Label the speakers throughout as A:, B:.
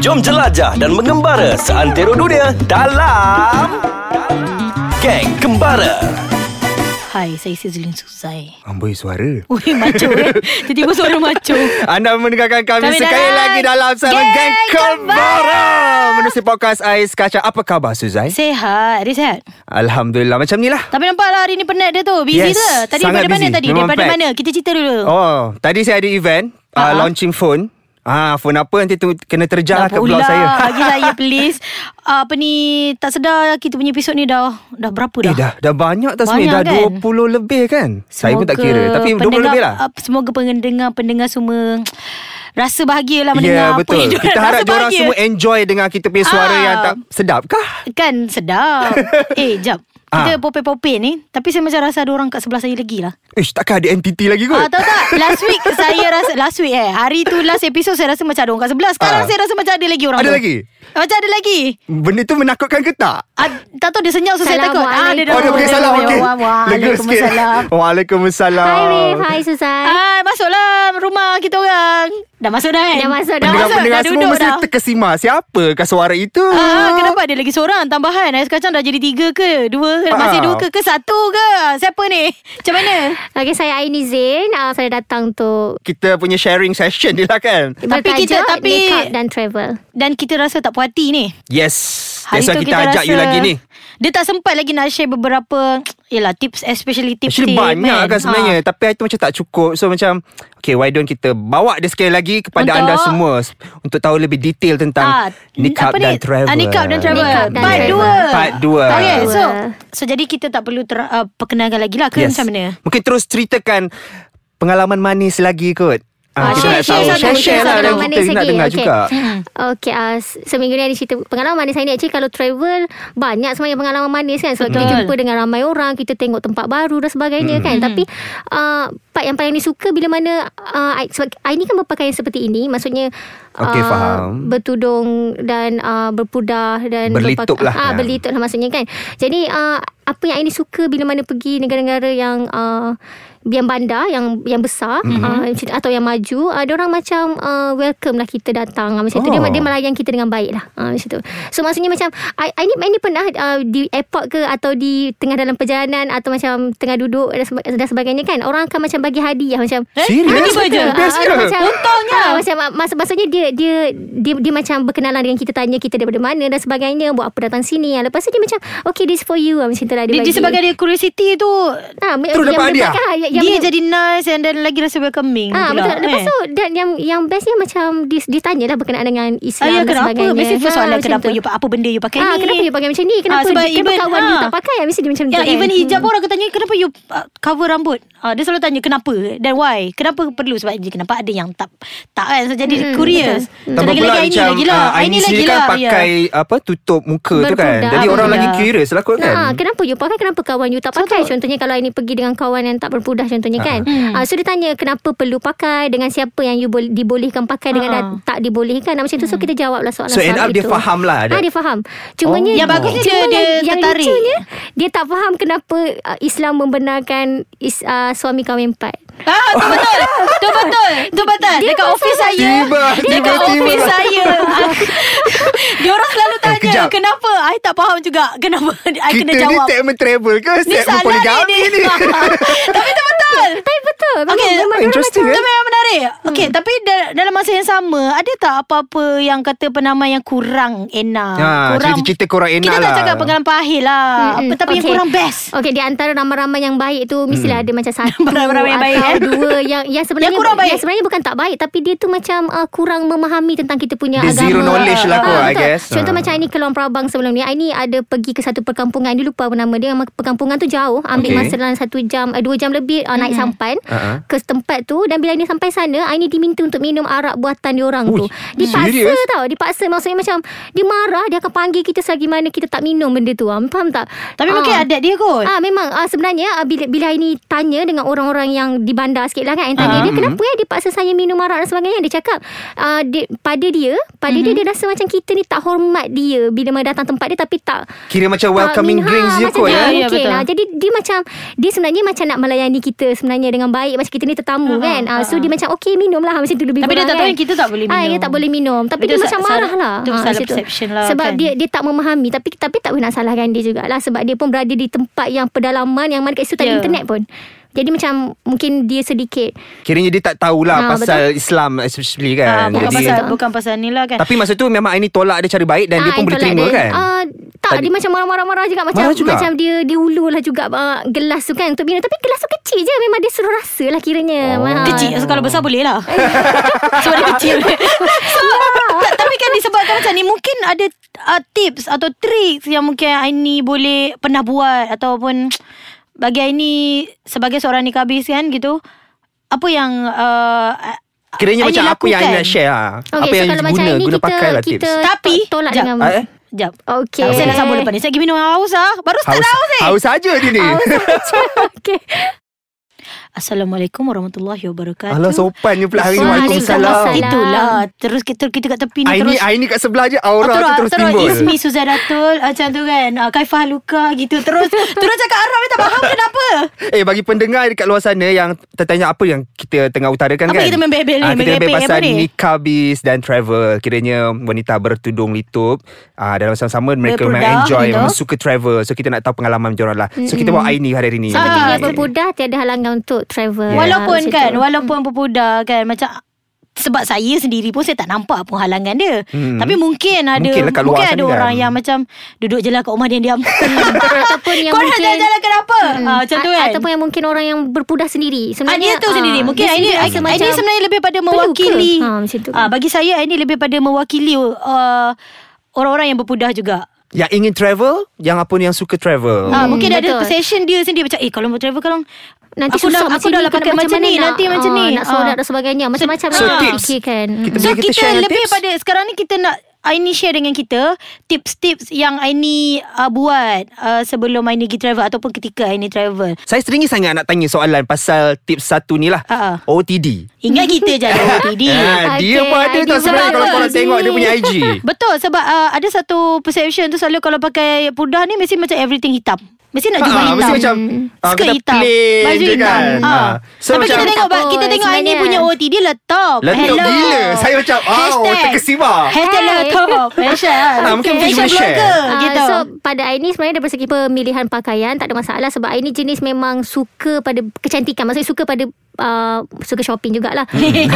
A: Jom jelajah dan mengembara seantero dunia dalam Geng Kembara.
B: Hai, saya Sizzling Suzai.
C: Amboi suara
B: Ui, macho eh. Tiba-tiba suara macho.
C: Anda mendengarkan kami,
B: Kami
C: sekali
B: dalam
C: lagi dalam Seven
B: Geng
C: Gang
B: Kembara.
C: Kembara Menerusi podcast Ais Kaca Apa khabar Suzai?
B: Sehat, Adi sehat.
C: Alhamdulillah macam ni lah
B: Tapi nampak lah hari ni penat dia tu. Busy
C: Yes,
B: ke? Tadi
C: sangat
B: daripada mana
C: busy.
B: tadi?
C: Memang
B: daripada
C: packed.
B: mana? Kita cerita dulu.
C: Oh Tadi saya ada event
B: Ah.
C: uh, Launching phone Ah, phone apa nanti tu kena terjah lah
B: Dah
C: ke
B: pula.
C: blog saya
B: Bagi saya please. Apa ni, tak sedar kita punya episod ni dah dah berapa dah?
C: Eh dah, dah banyak tak
B: Banyak
C: sebenarnya
B: kan?
C: Dah 20 lebih kan Saya pun tak kira Tapi 20
B: pendengar-
C: lebih lah
B: ah, Semoga pendengar-pendengar semua rasa bahagia lah mendengar
C: Ya
B: apa
C: betul
B: yang diorang
C: Kita harap
B: rasa
C: diorang
B: bahagia.
C: semua eh. enjoy Dengan kita punya suara
B: Ah.
C: yang tak Sedap kah?
B: Kan sedap. eh, jap. Kita
C: Ah.
B: popeh-popeh ni Tapi saya macam rasa ada orang kat sebelah saya lagi lah
C: Ish takkan ada entiti lagi kot
B: Ah, tahu tak? Last week saya rasa last week eh. Hari tu last episode saya rasa macam ada orang kat sebelah. Sekarang
C: Ah.
B: saya rasa macam ada lagi orang.
C: Ada
B: tu.
C: lagi?
B: Macam ada lagi.
C: Benda tu menakutkan ke tak?
B: Ah, tak tahu dia senyap so saya takut. Ah, dia dah.
C: Oh dia pakai salam
B: Wah,
C: okey.
B: wah, wah.
C: Lega sikit.
B: Waalaikumsalam.
C: Waalaikumsalam.
D: Hai Weh, hai Susai.
B: Hai, Ah, masuklah rumah kita orang. Dah masuk dah kan?
D: Dah masuk dah.
B: masuk,
C: Pendengar-pendengar semua
B: duduk
C: mesti
B: dah.
C: terkesima. Siapakah suara itu?
B: Ah, kenapa ada lagi seorang tambahan? Ais kacang dah jadi tiga ke? Dua? ke? Masih
C: Ah.
B: dua ke? Ke satu ke? Siapa ni? Macam mana?
D: Okey, saya Aini Zain. Uh, saya datang untuk
C: Kita punya sharing session ni lah kan.
B: Tapi kita- tapi-
D: makeup dan travel.
B: Dan kita rasa tak puas hati ni.
C: Yes.
B: Hari
C: That's why
B: tu
C: kita, ajak you lagi ni.
B: Dia tak sempat lagi nak share beberapa Yelah tips Especially tips
C: Actually banyak kan
B: ha.
C: sebenarnya Tapi itu macam tak cukup So macam Okay why don't kita Bawa dia sekali lagi Kepada
B: Untuk-
C: anda semua Untuk tahu lebih detail Tentang
B: Ah,
C: Nikab
B: apa ni?
C: dan travel
B: ah, Nikab dan travel
D: Nikab dan
B: Part
D: travel.
B: 2
C: Part dua.
B: Okay
D: Part
B: so
D: dua.
B: So jadi kita tak perlu ter, uh, Perkenalkan lagi lah ke Macam mana
C: Mungkin terus ceritakan Pengalaman manis lagi kot
B: Ah,
C: Ah, kita nak
B: share-
C: tahu
B: share satu-
C: Share-share
B: satu
C: lah Dan
B: pengalaman
C: kita
D: manis
C: nak
D: lagi.
C: dengar
D: Okey.
C: juga
D: Okey, uh, seminggu ni ada cerita pengalaman manis saya ni. Actually kalau travel, banyak sebenarnya pengalaman manis kan. Sebab
B: Betul. Hmm.
D: kita jumpa dengan ramai orang, kita tengok tempat baru dan
C: Hmm.
D: sebagainya kan. Tapi uh, part yang paling disuka bila mana, uh, I- sebab Aini kan berpakaian seperti ini. Maksudnya, ah,
C: Okey, faham.
D: bertudung dan uh, berpudar dan
C: Berlitup lah.
D: berpak- Ah,
C: Ya.
D: berlitup patut lah maksudnya kan. Jadi uh, apa yang ini suka bila mana pergi negara-negara yang uh, yang bandar yang yang besar mm-hmm. uh, atau yang maju uh, dia orang macam uh, welcome lah kita datang uh, macam oh. tu dia,
C: Oh.
D: dia melayan kita dengan baik lah uh, macam tu so maksudnya macam I, I ni I ni pernah uh, di airport ke atau di tengah dalam perjalanan atau macam tengah duduk dan, seba- dan sebagainya kan orang akan macam bagi hadiah macam
C: Serius?
B: Tiba-tiba je
D: Ah,
C: Best ke?
D: macam-
B: Untungnya.
D: Ah, macam ah, mas, maksudnya dia, dia dia dia macam berkenalan dengan kita tanya kita daripada mana dan sebagainya buat apa datang sini. Ah, Lepas tu dia macam okay this for you Ah, macam tu lah dia,
B: dia, dia
D: bagi.
B: sebagai dia curiosity tu
D: Ah, yang
C: Terus dapat hadiah?
D: mendapatkan, ah, yang-
B: Dia
D: yang mendap-
B: jadi nice And then lagi rasa welcoming
D: Ah,
B: pula,
D: betul. Lepas
B: eh.
D: tu dan yang yang bestnya macam dia, dia tanyalah berkenaan dengan
B: Ah,
D: Islam
B: ya,
D: dan
B: kenapa?
D: sebagainya.
B: Mesti persoalan
D: Ah, macam
B: kenapa
D: tu.
B: you, apa benda you pakai
D: Ah,
B: ni?
D: kenapa you pakai macam ni? Kenapa
B: sebab
D: dia- kenapa
B: even-
D: kawan you
B: ah.
D: tak pakai? Mesti dia macam tu
B: Ya,
D: kan.
B: even
D: Hmm.
B: hijab pun orang akan tanya kenapa you uh, cover rambut. Uh, dia selalu tanya kenapa dan why. Kenapa perlu sebab dia kenapa ada yang tak tak kan so, jadi hmm, curious. So,
C: Tambah pula
B: lagi-lagi
C: macam
B: lagi lah.
C: ah, Aini sendiri kan pakai apa tutup muka tu kan.
D: Berpudar,
C: Jadi orang lagi
B: berpudar.
C: curious lah kot kan.
D: Ha, kenapa you pakai Kenapa kawan you tak pakai Contohnya kalau ini pergi Dengan kawan yang tak berpudah
C: Ah.
D: Contohnya kan
C: Hmm.
D: ha. So dia tanya Kenapa perlu pakai Dengan siapa yang you bol- Dibolehkan pakai Dengan
B: Ha-ha.
D: dah tak dibolehkan Ah, Macam tu So kita jawab lah soalan
C: Ah. Hmm. So, end up
D: soalan
C: dia
D: itu.
C: faham lah.
D: ha, Dia faham Cumanya
C: Oh.
B: Yang bagusnya
D: cuma
B: dia- dia
D: yang
B: tertarik.
D: lucunya, Dia tak faham Kenapa ah, Islam membenarkan is, ah, Suami kahwin empat
B: Ah, tu betul. tu betul. Tu betul.
D: Dia
B: Dekat
D: pun
B: office saya.
C: Tiba,
B: dekat
C: tiba-tiba. Eh,
B: office saya. dia orang selalu tanya
C: kejap.
B: kenapa? I tak faham juga kenapa. I
C: Kita
B: kena
C: ni
B: jawab.
C: segmen travel ke? Segmen poligami ni.
B: Tapi tu betul.
D: Tapi betul memang-
B: Okay,
D: memang
B: memang
D: dia orang
C: interesting,
B: macam,
C: eh?
B: Itu memang menarik.
D: Hmm.
B: Okay, tapi da- dalam masa yang sama, ada tak apa-apa yang kata penaman yang kurang enak?
C: Ha,
B: kurang,
C: cerita-cerita kurang enak
B: kita
C: lah.
B: tak cakap pengalaman pahil lah. Apa,
D: Mm-mm.
B: tapi yang
D: Hmm, Okey.
B: kurang best.
D: Okey di antara ramai-ramai yang baik tu
C: Mm.
D: mestilah ada macam satu
B: Ramai-ramai yang baik,
D: atau
B: eh?
D: dua yang yang sebenarnya
B: Yang kurang baik.
D: yang sebenarnya bukan tak baik tapi dia tu macam uh, kurang memahami tentang kita punya
C: Dia
D: agama.
C: zero knowledge lah
D: Ah,
C: kot, I
D: betul.
C: guess.
D: Contoh
C: Ah.
D: macam ini Keluang Prabang sebelum ni. I ni ada pergi ke satu perkampungan dia lupa apa nama dia. Memang Perkampungan tu jauh ambil
C: Okey.
D: masa dalam satu jam eh, dua jam lebih uh, naik sampan
C: Ah, ah.
D: ke tempat tu dan bila ni sampai sana I ni diminta untuk minum arak buatan dia orang
C: Ui,
D: tu. Dipaksa
C: serious?
D: tau, dipaksa maksudnya macam dia marah dia akan panggil kita selagi mana kita tak minum benda tu. Ah, faham tak?
B: Tapi
D: Ah.
B: mungkin adat dia kot.
D: Ah memang ah, sebenarnya ah, bila bila ini tanya dengan orang-orang yang di bandar sikit lah kan. Yang tanya
B: Ah.
D: dia kenapa ya dia paksa saya minum
B: Mhm.
D: arak dan sebagainya. Dia cakap ah, dia, pada dia, pada dia dia rasa macam kita ni tak hormat dia. bila mana datang tempat dia tapi tak
C: Kira macam welcoming
D: min- ha,
C: drinks je
D: macam
C: kot
B: Ya,
D: dia,
C: ya.
B: ya,
D: mungkin
B: betul.
D: lah. Jadi dia macam Dia sebenarnya macam nak melayani kita Sebenarnya dengan baik Macam kita ni tetamu
B: Ha,
D: kan
B: ha,
D: Ah, So dia macam Okay minum lah Macam tu lebih
B: Tapi dia
D: kurang
B: tak tahu
D: kan.
B: yang kita tak boleh
D: Ah,
B: minum.
D: Dia tak boleh minum Tapi
B: Itu
D: dia, macam
B: sa-
D: marah
B: salah-
D: lah
B: itu
D: Ah,
B: salah
D: macam tu.
B: perception lah,
D: Sebab
B: kan.
D: dia dia tak memahami Tapi tapi tak boleh nak salahkan dia jugalah Sebab dia pun berada di tempat yang pedalaman Yang mana kat situ tak ada
B: Ya.
D: internet pun jadi macam mungkin dia sedikit
C: Kiranya dia tak tahulah
D: Ha,
C: pasal Islam especially
B: Ah,
C: kan.
B: bukan
C: Jadi-
B: pasal bukan pasal ni lah kan.
C: Tapi masa tu memang Aini tolak dia cara baik dan dia
D: Ah,
C: pun boleh
D: tolak
C: terima
D: dia.
C: kan?
D: Ah, tak,
C: Tadi-
D: dia macam marah-marah juga macam
C: Marah juga?
D: macam dia dia ululah juga ah, gelas tu kan untuk minum tapi gelas tu kecil je memang dia suruh rasa lah kiranya.
C: Oh.
D: Ah. Ya.
B: Kecil so Kalau besar boleh lah Sebab dia kecil so, ta- Tapi kan disebabkan macam ni Mungkin ada uh, tips Atau tricks Yang mungkin Aini boleh Pernah buat Ataupun Bagi Aini Sebagai seorang nikabis kan gitu Apa yang uh,
C: Kiranya
B: Aini
C: macam apa yang Aini
B: lakukan.
C: nak share lah.
D: Okay,
C: apa
D: so
C: yang
D: kalau macam
C: guna,
D: ini
C: guna
D: kita-
C: pakai lah
D: kita-
C: tips.
B: Tapi
D: tolak
B: jap,
D: dengan-
C: Ah, eh?
B: Jap
D: Okey.
B: Saya nak sambung lepas ni Saya pergi minum haus lah Baru start
C: Haus,
B: haus ni
C: haus saja dia ni.
D: Okey.
B: Assalamualaikum warahmatullahi wabarakatuh
C: Alah sopannya pula hari ni.
D: Waalaikumsalam.
C: Waalaikumsalam.
B: Itulah Terus kita, kita kat tepi ni
C: Aini,
B: Terus
C: Aini kat sebelah je aura
B: Ah,
C: tu terus timbul.
B: Ismi Suzaratul Macam tu kan ah, Kaifah Luka gitu Terus Terus cakap Arab Dia tak faham kenapa
C: Eh bagi pendengar dekat luar sana yang tertanya apa yang kita tengah utarakan
B: Apa
C: kan.
B: kita membebel ni?
C: Ah, kita
B: Membebel
C: membebel
B: apa
C: pasal
B: ni?
C: nikabis dan travel. Kiranya wanita bertudung litup ah, dalam sama-sama mereka
B: Berpludah,
C: memang enjoy
B: gitu.
C: memang suka travel. So kita nak tahu pengalaman dia orang lah. So kita bawa Aini hari ni.
B: Sama
D: Dia
B: Ah,
D: berbudak tiada halangan untuk
C: Ya,
D: travel.
B: Walaupun
D: Macam
B: kan
D: tu.
B: Walaupun pemuda kan Macam sebab saya sendiri pun saya tak nampak pun halangan dia. Hmm. Tapi mungkin ada
C: Mungkin lah kat luar
B: mungkin
C: sana
B: ada
C: kan.
B: orang yang macam duduk je lah kat rumah diam-diam.
D: ataupun yang
B: Korang
D: mungkin
B: jalan-jalan kenapa?
D: Mm-mm.
B: Ah, macam tu
D: A-
B: kan.
D: Ataupun yang mungkin orang yang berpudah sendiri.
B: Ah, dia
D: Sebenarnya
B: tu sendiri Mungkin
D: dia
B: Aini
D: sendiri rasa
B: Aini
D: macam-
B: sebenarnya lebih pada
D: ke?
B: mewakili
D: Ha, macam tu.
B: Ah, Bagi saya Aini lebih pada mewakili uh, Orang-orang yang berpudah juga
C: Yang ingin travel, yang apa ni yang suka travel.
B: Ah, mungkin dia ada
D: Hmm. betul.
B: perception dia sendiri macam eh kalau mau travel kalau
D: Nanti
B: aku
D: susah
B: dah, aku dah
D: macam ni,
B: lah
D: kau nak
B: pakai macam, ni
D: nak,
B: nanti macam
D: ah,
B: ni.
D: Nak sorak
B: Ah.
D: dan sebagainya Macam-macam lah. kan?
B: So,
D: nak
C: tips.
D: fikirkan
C: Kita
B: So
C: boleh
B: kita,
C: share dengan
B: lebih
C: tips?
B: pada sekarang ni kita nak Aini share dengan kita tips-tips yang Aini uh, buat uh, sebelum Aini pergi travel ataupun ketika Aini travel.
C: Saya seringnya sangat nak tanya soalan pasal tips satu ni lah.
B: Ha,
D: Ah.
B: ha.
C: OTD.
B: Ingat kita je ada OTD.
C: Ah, dia
D: Okay,
C: pun ada
D: ID
C: tau sebenarnya
B: berapa?
C: kalau korang tengok dia punya IG.
B: Betul sebab uh, ada satu perception tu selalu kalau pakai pudah ni mesti macam everything hitam. Mesti nak jumpa
C: Ah,
B: hitam.
C: mesti macam ah,
B: Skirt
C: kita
B: hitam
C: plain
B: Baju
C: je
B: hitam
C: kan.
B: ha.
C: Ah. So
B: Tapi
C: macam-
B: kita tengok
D: Tak apa,
B: Kita tengok Aini
D: sebenarnya.
B: punya OT Dia letop
C: Letup gila. Saya macam, wow, terkesima.
B: Hashtag
D: Hey.
B: letop Fashion
C: Ah, mungkin
B: Fashion
C: boleh share.
B: blogger
D: Ah,
B: Gitu
D: So pada Aini sebenarnya dari segi pemilihan pakaian tak ada masalah sebab Aini jenis memang suka pada kecantikan maksudnya suka pada uh, suka shopping jugalah. Ah, tapi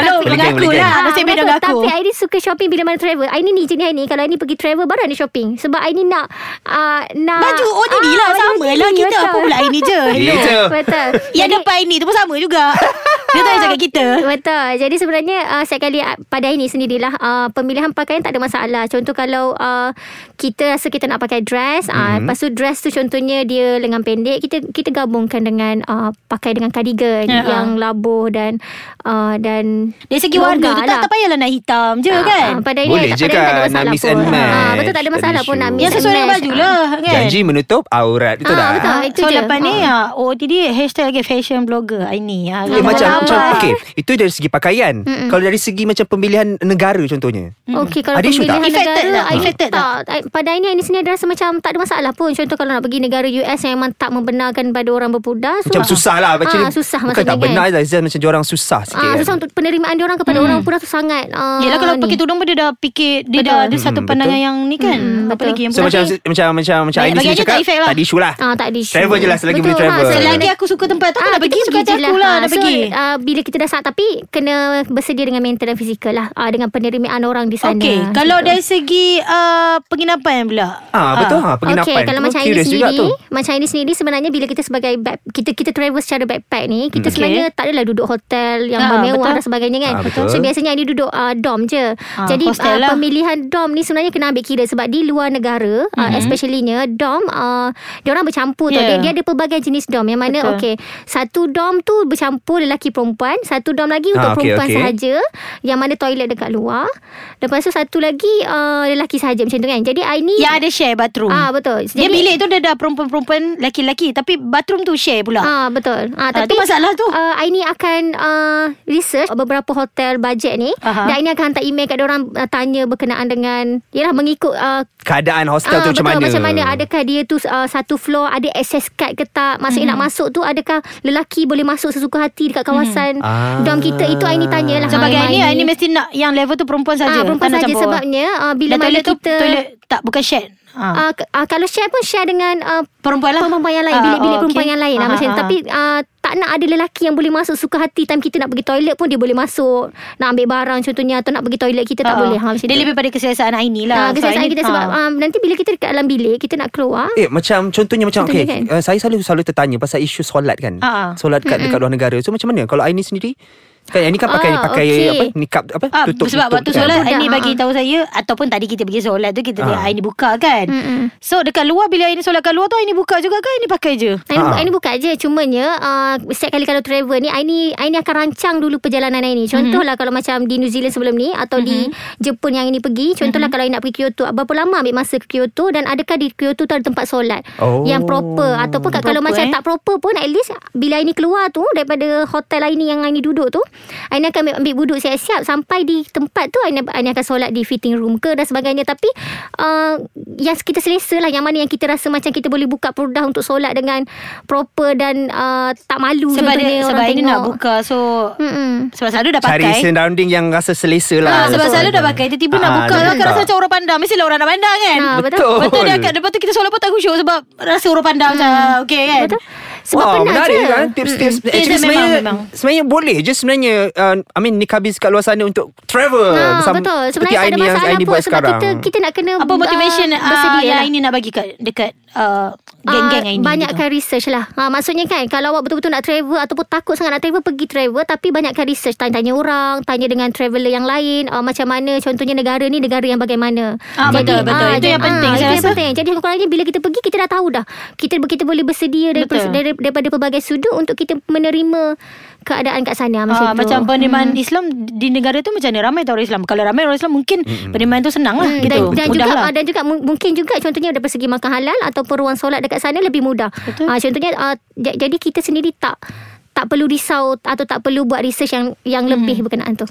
B: Kalau
C: Boleh geng,
B: mengaku
C: boleh
B: lah
D: Ah,
B: Nasib beda
D: betul.
B: mengaku
D: Tapi Aini suka shopping bila mana travel. Aini ni jenis Aini kalau Aini pergi travel baru Aini shopping sebab Aini nak uh, nak
B: Baju OTD lah
D: baju
B: Sama
D: OTD,
B: lah kita
D: Ah, betul.
B: Apa pula Aini je
C: Dia je.
D: Betul.
B: Yang
C: Ya.
B: depan Aini tu pun sama juga Dia tak payah cakap kita
D: Betul. Jadi sebenarnya uh, setiap kali uh, pada ini sendirilah uh, pemilihan pakaian tak ada masalah. Contoh kalau uh, kita rasa kita nak pakai dress, mm-hmm. uh, lepas tu dress tu contohnya dia lengan pendek, kita kita gabungkan dengan uh, pakai dengan cardigan
B: Ya.
D: yeah. yang labuh dan uh, dan
B: Dari segi warna
D: longgar
B: tu tak,
D: lah.
B: tak payahlah nak hitam je
D: Ah,
B: kan
D: ah, pada ini
C: Boleh
D: tak,
C: je
D: pada ini tak ada
C: kan, nak
D: masalah
C: mix
D: pun.
C: and match,
D: Ah, betul tak ada
C: tak ada
D: masalah pun
C: issue.
D: nak mix
B: Yang
D: and
B: sesuai dengan
D: match.
B: baju lah kan
C: Janji menutup aurat. Betul
D: Ah,
C: tak?
D: betul. Ah, itu
B: so
D: je.
B: lepas ni
D: Ah.
B: ah. OTD hashtag lagi fashion blogger Aini ah,
C: Eh,
D: Ah,
C: macam,
D: betul.
C: macam okay, itu dari segi pakaian. Kalau dari segi macam pemilihan negara contohnya.
D: Hmm. Okey kalau
C: Ada issue
D: pemilihan
C: tak?
D: negara ah,
B: Affected tak?
D: I-
B: Affected tak?
D: I- Pada ini ini sini ada rasa macam tak ada masalah pun. Contoh kalau nak pergi negara US yang memang tak membenarkan pada orang berpudar so,
C: Macam susah lah macam
D: Ah,
C: ni
D: susah
C: Bukan
D: maksudnya
C: tak
D: kan.
C: benar lah Zan Macam diorang susah sikit
D: Ah,
C: kan. Hmm.
D: susah untuk penerimaan dia orang kepada orang berpudar tu sangat. Uh,
B: Yelah kalau pakai tudung pun dia dah fikir Dia dah ada satu
C: Hmm,
B: pandangan
C: betul.
B: yang ni kan Apa
D: Hmm, betul.
B: lagi yang
C: So macam
B: penting?
C: Macam Macam macam
B: Bagi-
C: Aini
B: bagi
C: sendiri
B: dia tak
C: cakap
B: effect lah.
C: Tak ada isu lah
D: Ah, tak ada issue.
C: Travel je lah Selagi
D: Betul,
C: boleh travel
D: ah,
B: Selagi aku suka tempat tu Aku nak pergi
D: kita
B: suka
D: pergi
B: hati
D: je
B: aku lah
D: Ah,
B: Nak
D: so,
B: pergi
D: ah, bila kita dah sah tapi kena bersedia dengan mental dan fizikal lah. Ah, dengan penerimaan orang di sana.
B: Okay Kalau dari segi ah, Penginapan pula
C: Ah betul ha, penginapan.
D: Okay, kalau
C: Tu
D: macam ini
C: curious juga
D: sendiri, macam ini sendiri sebenarnya bila kita sebagai back, kita kita travel secara backpack ni, kita
B: Okay.
D: sebenarnya tak adalah duduk hotel yang
B: Ah, betul.
D: bermewah dan sebagainya kan.
C: Hmm. Ah, betul.
D: So biasanya ini duduk uh, dom je.
B: Ah,
D: Jadi
B: hostel
D: uh,
B: lah.
D: pemilihan dom ni sebenarnya kena ambil kira sebab di luar negara, mm-hmm.
B: Hmm.
D: uh, especiallynya dom uh, dia orang bercampur
B: Yeah.
D: yeah. tau. Dia, dia ada pelbagai jenis dom yang mana
B: Ya. Betul.
D: okey, satu dom tu bercampur lelaki perempuan Satu dorm lagi untuk
C: Ah, okey,
D: perempuan
C: okey.
D: sahaja Yang mana toilet dekat luar Lepas tu satu lagi uh, Lelaki sahaja macam tu kan Jadi I ni
B: Yang ada share bathroom
D: Ah, betul.
B: Dia
D: Jadi-
B: bilik tu dah ada perempuan-perempuan Lelaki-lelaki Tapi bathroom tu share pula
D: Ah betul. Ah tapi
B: tu masalah tu.
D: Uh, I ni akan uh, research beberapa hotel bajet ni
B: Aha.
D: dan I ni akan hantar email kat orang uh, tanya berkenaan dengan yalah mengikut uh,
C: Keadaan hostel
D: Ah,
C: tu macam
D: betul,
C: mana?
D: Macam mana? Adakah dia tu uh, satu floor ada access card ke tak?
B: Hmm.
D: Maksudnya mm-hmm. nak masuk tu adakah lelaki boleh masuk sesuka hati dekat kawasan
C: Ah.
D: mm-hmm. dom kita? Itu I ni tanyalah.
B: Sebagai
D: Ah,
B: ini
D: I
B: Ini mesti nak Yang level tu perempuan
D: Ah,
B: saja
D: perempuan saja sebabnya uh,
B: Bila
D: bila mana
B: toilet
D: kita
B: tu Toilet tak bukan share ha.
D: Ah, k- ah, kalau share pun share dengan uh,
B: Perempuan lah
D: perempuan yang lain
B: Ah,
D: bilik-bilik
B: oh,
D: perempuan
B: okey.
D: yang lain lah
B: Ah,
D: macam
B: ah,
D: tu. tapi uh, tak nak ada lelaki yang boleh masuk suka hati time kita nak pergi toilet pun dia boleh masuk nak ambil barang contohnya atau nak pergi toilet kita tak
B: Ah,
D: boleh ha macam
B: Dia
D: tu.
B: lebih pada kesiasaan Aini
D: Ah,
B: lah
D: kesalahan
B: Aini-
D: kita sebab
B: ah.
D: um, nanti bila kita dekat dalam bilik kita nak keluar
C: Eh macam contohnya macam
D: Contohnya
C: okey
D: kan?
C: uh, saya selalu selalu tertanya pasal isu solat kan.
B: Ah.
C: Solat kat dekat luar negara. So macam mana kalau Aini sendiri? Kan Aini kan pakai
D: Ah,
C: pakai
D: okey.
C: apa nikab apa
B: Ah,
C: tutup
B: sebab
C: tutup
B: waktu
C: kan?
B: solat
D: Budak,
B: Aini
D: ah,
B: bagi
D: ah.
B: tahu saya Ataupun tadi kita pergi solat tu Kita tengok
C: Ah.
B: Aini buka kan
D: Mm-mm.
B: So dekat luar Bila Aini solat kat luar tu Aini buka juga kan Aini pakai je
D: I ni,
C: Ah.
D: buka, I ni buka je Cumanya uh, Setiap kali kalau travel ni I ni, I ni akan rancang dulu perjalanan I ni
B: Mhm.
D: Contohlah mm-hmm. kalau macam Di New Zealand sebelum ni Atau mm-hmm. di Jepun yang ini pergi Contohlah
B: Mhm.
D: mm-hmm. kalau I nak pergi Kyoto Berapa lama ambil masa ke Kyoto Dan adakah di Kyoto tu ada tempat solat
C: Oh.
D: Yang proper Ataupun proper, kalau
B: Proper,
D: macam
B: eh.
D: tak proper pun At least Bila I ni keluar tu Daripada hotel I ni Yang I ni duduk tu I ni akan ambil, ambil buduk siap-siap Sampai di tempat tu I ni, I ni akan solat di fitting room ke Dan sebagainya Tapi uh, Yang kita selesa lah Yang mana yang kita rasa Macam kita boleh buka produk Untuk solat dengan Proper dan uh, Tak malu
B: Sebab
D: contohnya
B: dia,
D: orang
B: sebab Aini
D: tengok. Hmm.
B: nak buka So
D: Mm-mm.
B: Sebab selalu dah
C: Cari
B: pakai
C: surrounding yang rasa selesa lah.
B: Ah, sebab
C: Betul.
B: selalu dah pakai Tiba-tiba nak
C: Ah,
B: buka
C: dah
B: lah Kan
C: buka.
B: rasa macam orang pandang Mestilah orang nak pandang kan
D: Ah, betul.
C: Betul.
B: Betul dia akan Lepas tu kita solat pun tak khusyuk Sebab rasa orang pandang macam Okay kan
D: Hmm. Betul Sebab
C: Wah,
D: penat
C: menarik
D: je
C: kan tips-tips.
B: Mm-mm. Tips
C: Actually
B: dia
C: sebenarnya,
B: memang, memang.
C: sebenarnya boleh je sebenarnya uh, I mean nikabis kat luar sana untuk travel.
B: Ah,
D: Ha,
C: Bersama-
D: betul
C: seperti
D: Sebenarnya tak ada
C: Aini yang
D: masalah
C: Aini
D: pun
C: buat
D: Sebab
C: sekarang.
D: kita, kita nak kena
B: Apa motivation
D: ah,
B: uh,
D: bersedia
B: Yang
D: lah.
B: Aini nak bagi kat Dekat ah,
D: Ah,
B: Geng-geng Aini
D: Banyakkan research lah ha, Maksudnya kan Kalau awak betul-betul nak travel Ataupun takut sangat nak travel Pergi travel Tapi banyakkan research Tanya-tanya orang Tanya dengan traveller yang lain uh, Macam mana Contohnya negara ni Negara yang bagaimana
B: Ah, betul, betul. Itu yang penting, saya
D: ah, Itu yang
B: rasa.
D: penting Jadi kurangnya bila kita pergi Kita dah tahu dah Kita kita boleh bersedia daripada,
B: Betul.
D: dari- daripada pelbagai sudut Untuk kita menerima Keadaan kat sana
B: Ah,
D: Macam tu
B: macam penerimaan hmm. Islam di negara tu macam mana ramai tak orang Islam. Kalau ramai orang Islam mungkin hmm. penerimaan tu senang lah
D: Hmm,
B: gitu.
D: Dan, dan
B: Mudah
D: juga
B: lah.
D: ah, dan juga mu- mungkin juga contohnya daripada segi makan halal ataupun ruang solat dekat sana lebih mudah. Ah, contohnya ah, j- jadi kita sendiri tak tak perlu risau atau tak perlu buat research yang yang
B: Hmm.
D: lebih berkenaan tu.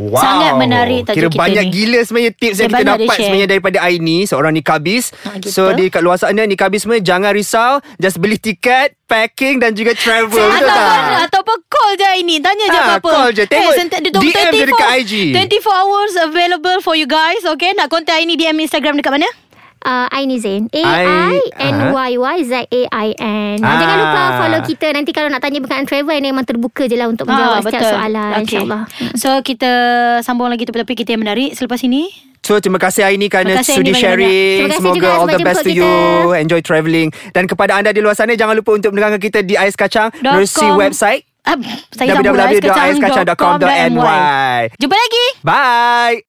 C: Wow.
B: Sangat menarik tajuk
C: Kira
B: kita
C: banyak
B: ni.
C: gila sebenarnya tips yang
B: Dia
C: kita
B: banyak dia
C: dapat
B: share.
C: sebenarnya daripada Aini seorang nikabis.
B: Ha, gitu.
C: so di kat luar sana nikabis semua jangan risau, just beli tiket, packing dan juga travel. Betul
B: Ataupun,
C: tak?
B: ataupun call je ini Tanya je
C: Ah,
B: apa-apa Eh,
C: call je. Tengok DM je dekat IG.
B: 24 hours available for you guys Okay Nak contact Aini DM Instagram dekat mana?
D: Uh, Aini Zain A I
C: I-
D: N Y Y Z A I N.
C: Ah.
D: Jangan lupa follow kita nanti kalau nak tanya berkenaan travel ni memang terbuka je lah untuk menjawab
B: Ah,
D: setiap soalan
B: Okay.
D: insyaAllah. Hmm.
B: So kita sambung lagi topik-topik kita yang menarik Selepas ini
C: So terima kasih Aini kerana
B: Terima kasih
C: sudi
B: Aini
C: sharing.
D: banyak-banyak. Terima kasih
C: Semoga
D: juga
C: all
D: sebab
C: the best
D: jemput
C: to you.
D: kita.
C: Enjoy travelling dan kepada anda di luar sana jangan lupa untuk mendengarkan kita di Ais Kacang
B: Dot
C: melalui
B: com.
C: website
B: ah, Saya sambung
C: www.aiskacang.com.my.
B: Jumpa lagi
C: Bye.